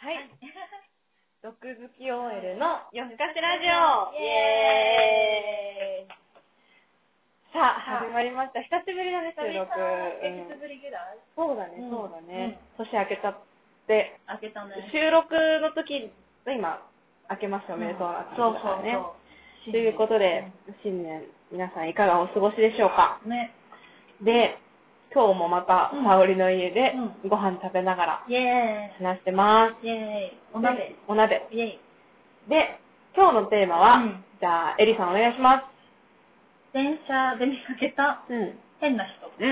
毒好き OL の夜更かしラジオイエーイさあ、はい始まりました。久しぶりだね、収久録。々うえんいつぶりぐらいそうだねう、んそうだね。年明けちゃって、開けたね。収録の時、今、明けましておめでとうな感じだからね。そうそうそう。ということで、新年、皆さんいかがお過ごしでしょうかうん。ね。で、今日もまた、うん沙織の家でうご飯食べながらイエ話してまーイ。イエーイ。す。お鍋。。お鍋。イエーイ。で、今日のテーマは、うんじゃあ、エリさんお願いしま電車で見かけたす。うん。うん。変な人。イ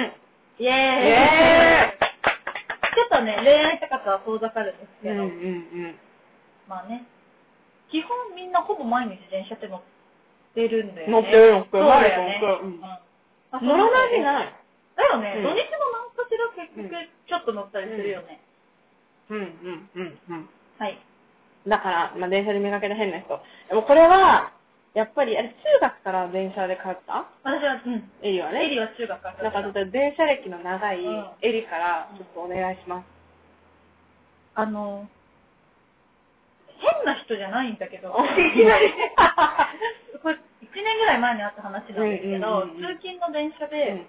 えエーイ。ちょっとね、恋愛とかとは遠ざかるんですうんけうんど、うん。まあね。基本みんなほぼ毎日電車って乗ってるんだよね。乗ってる乗ってるそうだよね。乗ってるうんあ乗らないでい。ない。だよね。うん土日も何かしら結局うちょっと乗ったりするよね。うんうんうんうん。はい。だから、まあ、電車で見かけた変な人。でもこれは、やっぱり、あれ、中学から電車で通った私は、うん。エリはね。エリは中学かならだんったか、例えば電車歴の長いうんエリから、ちょっとお願いします。あの、変な人じゃないんだけど、うんいき なり、 これ1年ぐらい前にあった話なんですけど、うんうんうんうん通勤の電車うんで、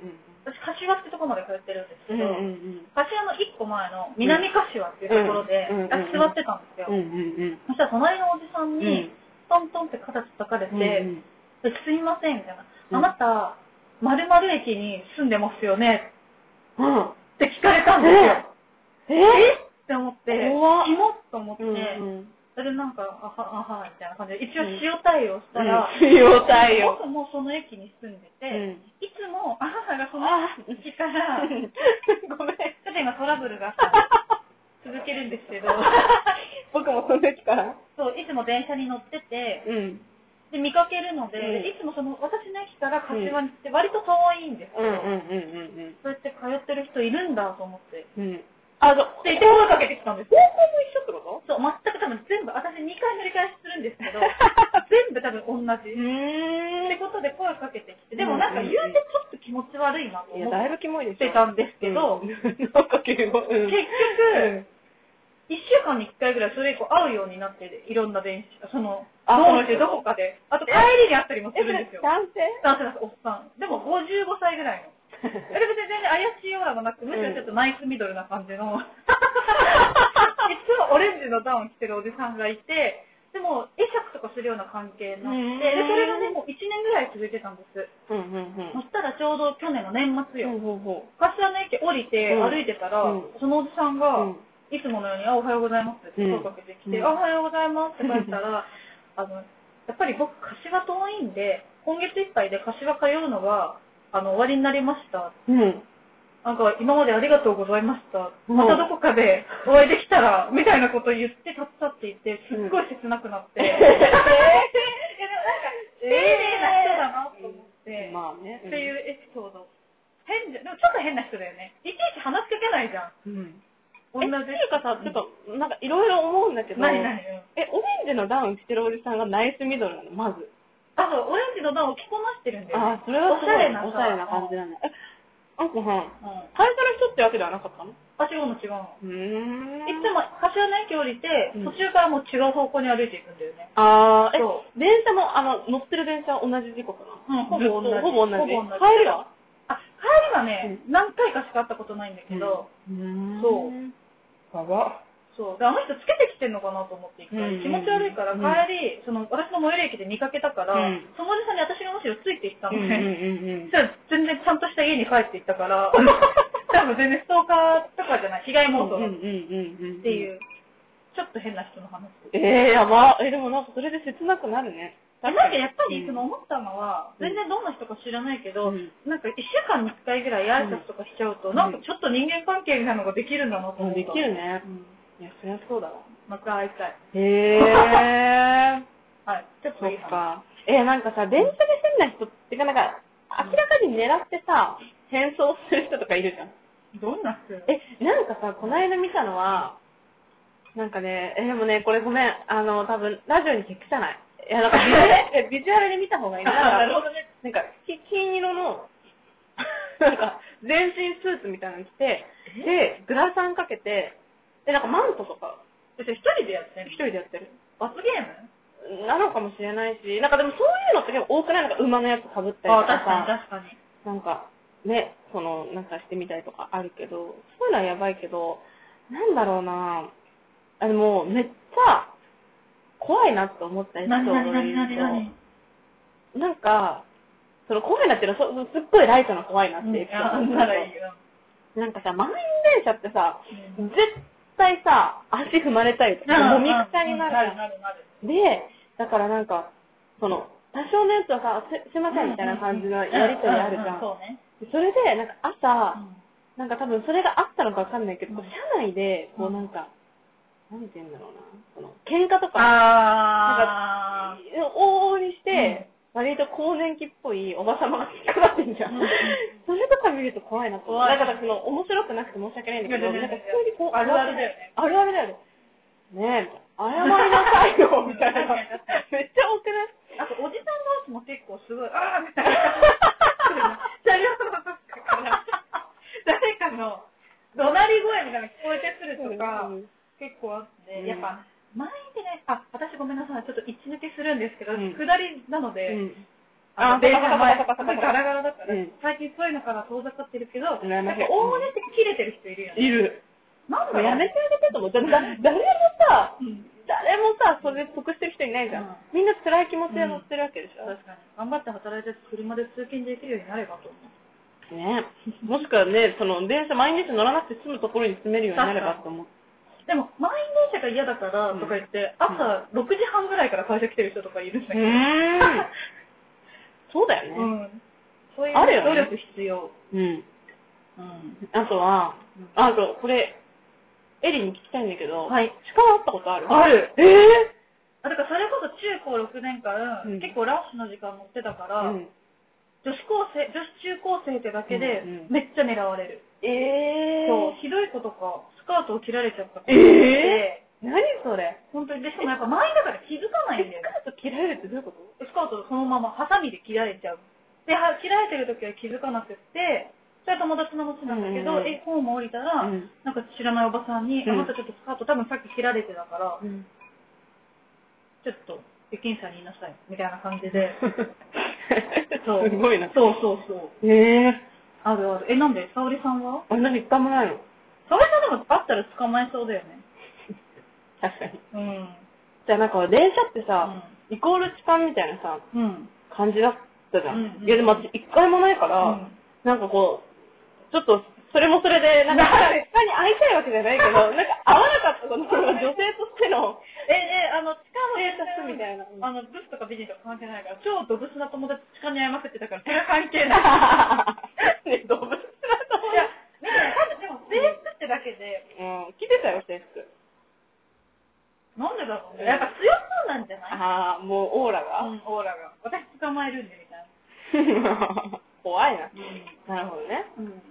私、柏ってとこまで通ってるんですうけん。うんど、うん柏の1個前の南柏っていうところで、うんうんうん私座ってたんですよ。うん。うんうんそしたら隣のおじさんうん。に、トントンって肩叩かれて、うんうんすみません、みたいな。うんあなた、〇〇駅に住んでますよねうん。って聞かれたんですよ。ええって思って、怖っキモっと思って、うんうん。それでなんか、あは、あは、みたいな感じで、一応塩対応したら、うん塩対応僕もその駅に住んでて、うん いつも、あははがその駅から、ちょごめん。っと今トラブルがあったんで続けるんです けど、僕もその時から。そう、いつも電車に乗ってて、うん。で、見かけるので、うんいつもその、私の駅から柏にって割と遠いんですうよ。んうんうんそうやって通ってる人いるんだと思って。うんうん。うん。あ、そう。で、いて声かけてきたんです高よ。校も一緒ってこそう、全く多分全部、私2回繰り返しするんです けど、全部多分同とじ。うーんってことで声かけてきて、でもなんか言うてちょっと気持ち悪いなとい思や、っだいぶキモいですてたんですけど、うんなんか結構、うん。結局、1週間に1回ぐらいそれ以降会うようになって、いろんな電車、その、あ道中そうどこかで、あと帰りに会ったりもすえ、そるんれですよ。男性男性なんです、おっさん。でも55歳ぐらいの。それ別に全然怪しいようなもなく、むしろちょっとナイスミドルな感 じの、いつもオレンジのダウン着てるおじさんがいて、でも、会釈とかするような関係になうんって、で、それがね、もう1年ぐらい続いてたんです。うんうんうんそしたらちょうど去年の年末よ。ほうほうほ柏の駅降りてうん歩いてたら、うんそのおじさんう。が、うんいつものように、あ、おはようございますって声かけてきて、うんあ、おはようございますって書いてたら、 あの、やっぱり僕、柏遠いんで、今月いっぱいで柏通うのが、あの、終わりになりました。うん。なんか、今までありがとうございました。うんまたどこかでお会いできたら、みたいなこと言って、立ったって言って、すっごい切なくなって。うんいやでもなんか、丁寧な人だなと思って。まあね。っていうエピソード。変じゃ、でもちょっと変な人だよね。いちいち話しかけないじゃうん。ん。女え、ってでいうかさ、ちょっと、なんかいろいろ思うんだけど、何何うんえ、オレンジのダウン着てるおじさんがナイスミドルなの、まず。あと、オレンジの段を着こなしてるんだよね。あー、それはすごい、おしゃれなさおしゃれな感じなんだ。え、あんこさん、うん。会社の人ってわけではなかったのうあ、違うの違うの。ーんいつも、柏の駅降りて、うん途中からもう違う方向に歩いていくんだよね。あー、えそ、電車も、あの、乗ってる電車は同じ時刻なのうんほぼ同じずっとほぼ同じ。ほぼ同じ帰りはあ、帰りはね、何回かしか会ったことないんだけど、うん。そうやば。そう。で、あの人つけてきてんのかなと思って一回、うん気持ち悪いから、うん帰り、その、私の最寄り駅で見かけたから、うんそのおじさんに私がむしろついていったうのんうんね。うんうん。じゃあ全然ちゃんとした家に帰っていったから、多分全然ストーカーとかじゃない、被害うん妄うん想うんうん。。っていうう、ちょっと変な人の話。えー、やば。え、でもなんかそれで切なくなるね。なんかやっぱりうんその思ったのは、うん全然どんな人か知らないけど、うんなんか一週間に一回ぐらい挨拶とかしちゃうと、うんなんかちょっと人間関係みたいなのができるんだなとう思んった。できるねう。んいや、そりゃそうだわ。また会いたい。 へー。はい。ちょっそといいっかな。か。えなんかさ、電車で変な人ってか、なんか、明らかに狙ってさ、変装する人とかいるじゃん。どんな人え、え、なんかさ、この間見たのは、なんかね、え、でもね、これごめん、あの、多分、ラジオに聞くじゃない。いや、なん かビジュアル、えビジュアルで見た方がいいな。なるなんほか、どね。なんかき金色の、なんか、全身スーツみたいなの着て、で、グラサンかけて、で、なんかマントとか、別に一人でやってんの一人でやってる。罰ゲームなのかもしれないし、なんかでもそういうのって結構多くないなんか馬のやつ被ったりあとあ、確かにかさ、確かに。なんかね、その、なんかしてみたりとかあるけど、そういうのはやばいけど、なんだろうなあ、でもめっちゃ怖いなって思ったエピソなになードでになになに言なうにと、なんか、その怖いなっていうのはそすっごいライトな怖いなっていうエピソードあなんだなけらどいいよ。なんかさ、満員電車ってさ、う絶対さ、足踏まれたりとか、もみくちゃになるじゃんうんなるなる。で、だからなんか、その、多少のやつはさ、すすいませんみたいな感じのやりとりあるじゃん。そうね。それで、なんかう朝、んなんか多分それがあったのかわかんないけど、うん車内で、こうなんか、なんて言うんだろうな、その、喧嘩とか、あ往々にして、割と更年期っぽいおばさまが引っかかってんじゃん。うんそれとか見ると怖いなと思う。怖だいからその、面白くなくて申し訳ないんだけど、いやいなんやいかや普通にこう、あるあるだよねあるあるだよね。ねえ、謝りなさいよ、みたいな。うん確かに確かめっちゃ多くないあ。あと、おじさん同士も結構すごい、ああみたいな。 車両の中から、誰かの怒鳴り声みたいなの聞こえてくるとか、うん結構あって、うんやっぱ、前でね、あ、私ごめんなさい、ちょっと一抜けするんですけど、うん下りなうので、んああの、電車の前、パカパカパカパカパカガラガラだから、うん最近そういうのから遠ざかってるけど、やっぱ羨ましい大物って切れてる人いるいよね。る。なもんだうろやうめてあげてと思って、だ誰もさ、うん誰もさ、それで得してる人いないじゃうんん。みんな辛い気持ちで乗ってるわけでしょ。確かに。頑張って働いて車で通勤できるようになればと思う。ねもしくはね、その、電車、毎日乗らなくて済むところに住めるようになればと思って。でも、満員電車が嫌だからとか言って、うん朝6時半ぐらいから会社来てる人とかいるんだうけど。ーん。そうだよ うね。ん。そういうあるよね努力必要。うん。うん。あとはうん、あと、これ、エリに聞きたいんだけど、はい。鹿は会ったことあるある。ええあだからそれこそ中高6年間、うん結構ラッシュの時間乗ってたから、うん女子高生、女子中高生ってだけでうんうん、めっちゃ狙われる。えそうー。ひどい子とか、スカートを切られちゃった子とかいて、えー、何それ本当に、で、しかもやっぱ満員だから気づかないんだよね。スカート切られるってどういうことスカートをそのままハサミで切られちゃう。で、は切られてる時は気づかなくって、それは友達の話なんだけうんうど、んうんえ、ホーム降りたら、うんなんか知らないおばさんに、うんあなたちょっとスカート多分さっき切られてたから、ちょっと駅員さんに言いなさい、みたいな感じで。 そ うすごいな。そうそうそう。ええあるある。え、なんで沙織さんはー。あんなに一回もないの沙織さんでもあったら捕まえそうだよね。確かに。うん。じゃあなんか電車ってさ、イコール痴漢みたいなさ、うん。感じだったじゃん。うんうんいやでも私一回もないから、うんなんかこう、ちょっと、それもそれ で、なんか、他に会いたいわけじゃないけど、なんか合わなかった、その、女性として の、え、え、あの、地下の警察みたいなあの、ブスとか美人とか関係ないから、超ドブスな友達地下に会いまくってたから、それは関係ない。ね、動物だと思って。いや、ね、多分でも制服ってだけで、うん、着てたよ、制服。なんでだろうね。やっぱ強そうなんじゃないああ、もうオーラが。うん、オーラが。私捕まえるんで、みたいな。 怖いな。うなるほどね。ん。うん。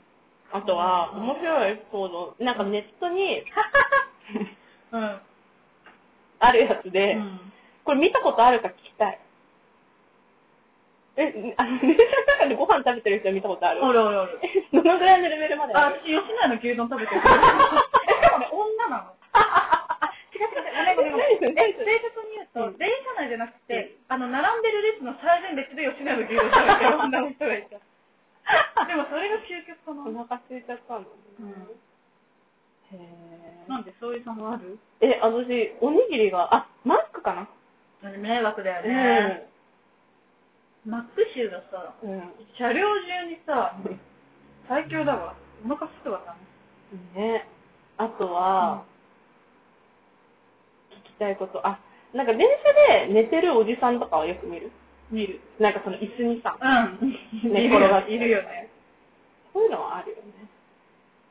あとは、面白いエピソード、なんかネット にうん。あるやつうで、ん。これ見たことあるか聞きたい。え、あの、電車の中でご飯食べてる人見たことあるおるおるおる。え どのぐらいのレベルまであ、あ私、吉野家の牛丼食べ てる。え、しかもね、女なの。あ、違う違う、ごめんごめんごめん。え、正確に言ううんと、電車内じゃなくて、あの、並んでる列の最前列で吉野家の牛丼食べてる女の人が いた。でも、それが究極かおな。腹空いちゃったんだね。へなんで、そういうさもあるえ。え、私、おにぎりが、あ、マックかな迷惑だよね。マック州がさ、うん。うん。車両中にさ、最強だわ。お腹すくわな。ね。あとは、聞きたいこと、あ、なんか電車で寝てるおじさんとかはよく見る。見る。なんかその椅子にさ、 うん。寝っ転がっているよね。そういうのはあるよね。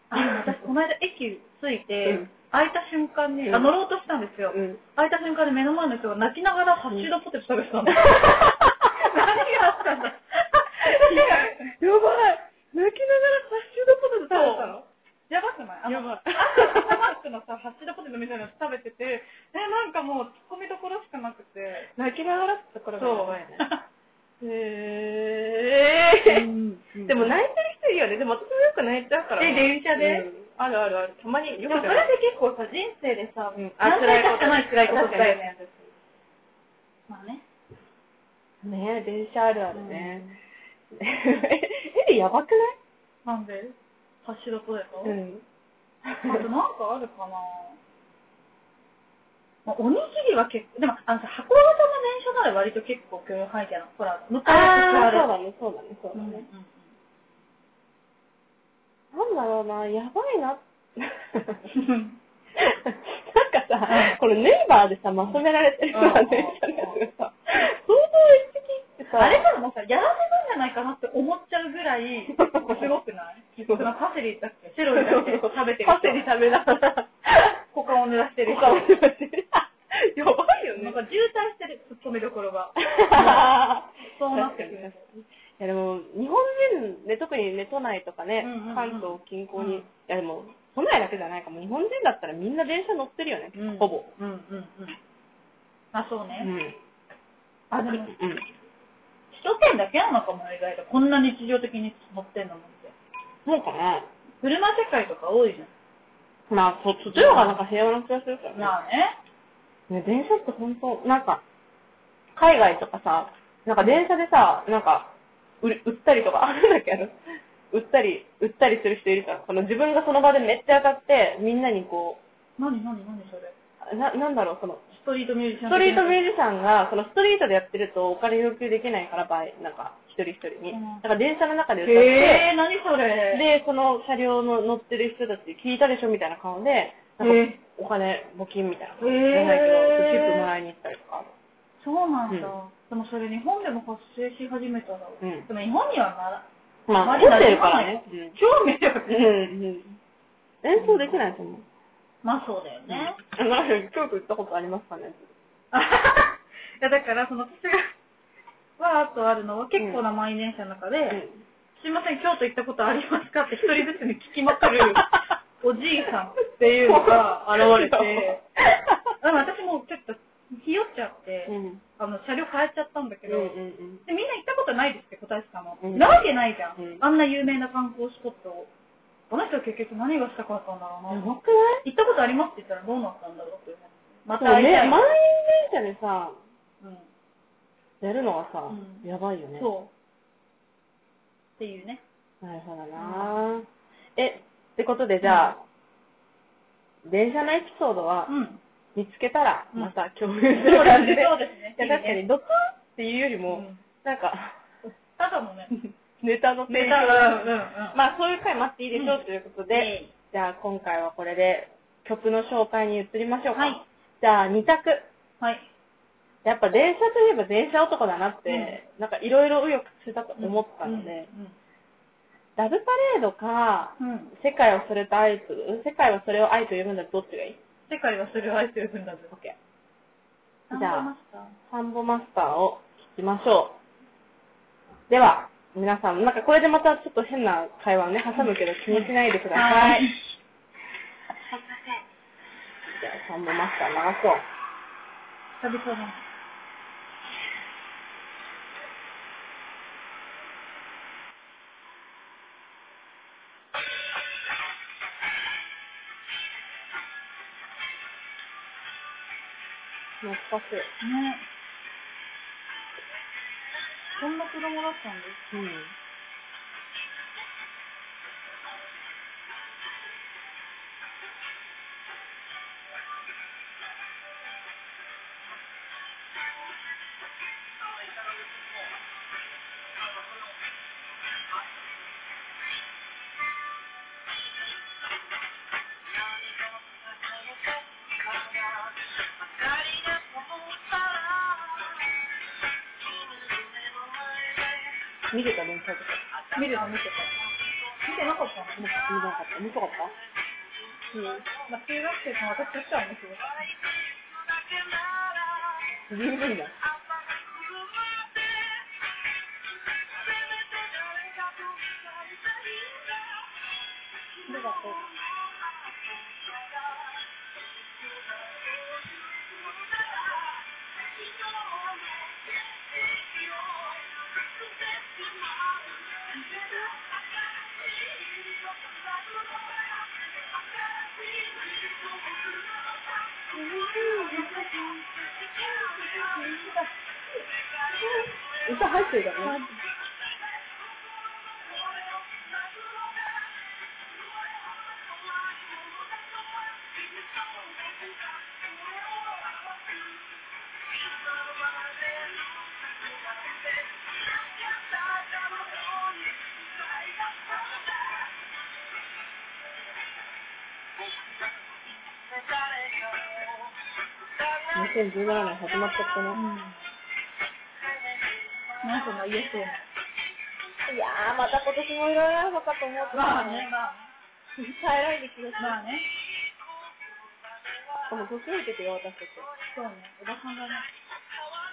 あ私、この間駅着いて、うん開いた瞬間に、うんあ、乗ろうとしたんですよ。 うん。開いた瞬間に目の前の人が泣きながらハッシュドポテト食べて たんだ。何があったんだやばい泣きながらハッシュドポテト食べたのやばくないあの、やばい朝マックのさ、ハッシュドポテトみたいなの食べてて、え、なんかもう、突っ込みどころしかなくて。泣きながらってところがやばいね。そうへー。でも泣いてる人いいよね。でも私もよく泣いちゃうから。え電車でうんあるあるある。たまにでよもくそ泣れいで結構さ、人生でさ、うんあ何辛い回ことかしかない辛いことだよね。まあね。ねえ、電車あるあるね。 え、やばくなんで柱とやと、ないうん。あとなんかあるかなまあ、おにぎりは結構、でも、あのさ、箱型の電車なら割と結構許容範囲じゃないほら、向かいああ、そう側だね、そうだね、そうだうんうんうねん。なんだろうな、やばい な。なんかうんさ、これネイバーでさ、まとめられてるさう、ん電車のやつがさ、想像一的ってさ、あれからもうさ、やらせなんじゃないかなって思っちゃうぐらい、すごくないそのパセリだっけセロリだっけ食べてる人。パセリ食べなが ら、股間を濡らしてる人。他を食べてやばいよなねん。か渋滞してる、止めどころが。そうなってくる。いやでも、日本人で、特にね、都内とかね、うんうんうん関東近郊うんに、いやでも、都内だけじゃないかも、日本人だったらみんな電車乗ってるよね、ほぼ。。うんうんうん。あ、そううね。ん。あ、でも、うん。首都圏だけなのかもね、意外と。こんな日常的に乗ってんのもって。そうかな。車世界とか多いじゃん。まあ、そそっちの方がなんか平和な気がするからね。まあね。ね、電車って本当なんか、海外とかさ、なんか電車でさ、なんか、売売ったりとかあるんだけど、売ったり、売ったりする人いるから、その自分がその場でめっちゃ当たって、みんなにこ何何何それ。う、な、なんだろう、その、ストリートミュージシャスントリートミジュージシャンが、そのストリートでやってるとお金要求できないから、倍、なんか、一人一人に。うんだから電車の中で歌って、へえー、何それ。で、その車両の乗ってる人たち聞いたでしょみたいな顔で、なんか、えお金、募金みたいな。ーじゃないけど、チップもらいに行ったりとか。そうなんだ。うでもそれ日本でも発生し始めたら、うんでも日本にはなら、まあ、まあ持ってるからね。超迷惑。うん。うん。演奏できないと思う。まあそうだよね。あなんか、京都行ったことありますかね いやだから、その私が、わーっとあるのは結構な満員電車の中で、すいません、京都行ったことありますかって一人ずつに聞きまく るおじいさんっていうのが現れて、でも私もうちょっとひよっちゃって、うん。うん。あの車両変えちゃったんだけうんど、うんでみんな行ったことないですって答えてたの、うんなわけないじゃん、うんあんな有名な観光スポットをこの人は結局何がしたかったんだろうん。うやな、ばくない行ったことありますって言ったらどうなったんだろうってまたそう会いたね、い、満員電車でさ、うんやるのはさう、んやばいよね。そうっていうねなるほどなえ、ってことでじゃあ、電車のエピソードはう、ん見つけたら、うんまた共有するそう感じで。ですねそうですねいや、確かに、ドカーンっていうよりもも、うんなんか、ただのね ネタの提ネ供タがうんうんあまあ、そういう回待っていいでしょうということで、でじゃあ今回はこれで曲の紹介に移りましょうか。はいじゃあ2択。はいやっぱ電車といえば電車男だなって、なんかいろいろ右翼してたと思ったので、ラブパレードか、うん、うんうん世界はそれと愛と、世界はそれを愛と呼ぶんだとどっちがいい世界はそれを愛するんだぜ ?OK。じじゃゃあ、あサンボマスターを聴きましょう。では、皆さん、なんかこれでまたちょっと変な会話をね、挟むけど気にしないでください。はいじゃあ、サンボマスター流そう。久々だな懐かしい。ね。そんな子供だったんです。うん。見てた連載とか。見てた、見てた。見てなかったの見なかった。面白かったうん。まあ、中学生の私としては面白い。十分だ。ありがとう。 Thank you. 歌入ってるからね。2017年始まっちゃったうね。ん。なんそのイエスへいやー、また今年もいろいろあるのかと思うとまあね、まあ。耐えられてきました。まあね。でも年老いてくよ、私たち。そうね。おばさんがね。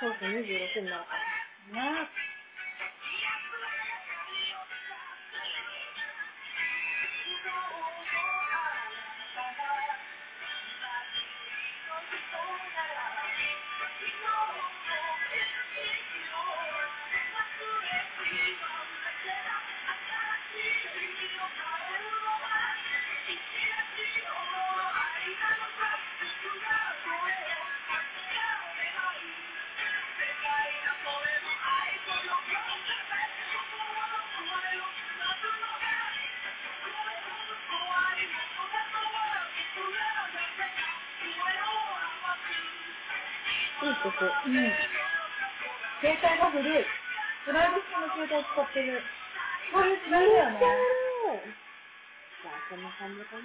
そうそう、26になるから。ねいい曲。うん。携帯が古い。プライベートの携帯を使ってる。そういう時代だよね。じゃあ、こんな感じかな。